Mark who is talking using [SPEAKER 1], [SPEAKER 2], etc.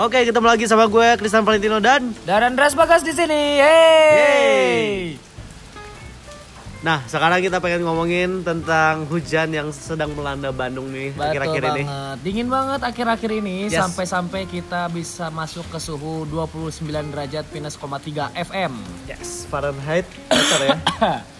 [SPEAKER 1] Oke, ketemu lagi sama gue Kristan Valentino dan
[SPEAKER 2] Dan Andreas Bagas di sini. Hey.
[SPEAKER 1] Nah, sekarang kita pengen ngomongin tentang hujan yang sedang melanda Bandung nih
[SPEAKER 2] Betul
[SPEAKER 1] akhir-akhir ini.
[SPEAKER 2] banget. Dingin banget akhir-akhir ini
[SPEAKER 1] Yes.
[SPEAKER 2] sampai-sampai kita bisa masuk ke suhu 29 derajat minus 0,3 FM.
[SPEAKER 1] Yes, Fahrenheit. Bener ya.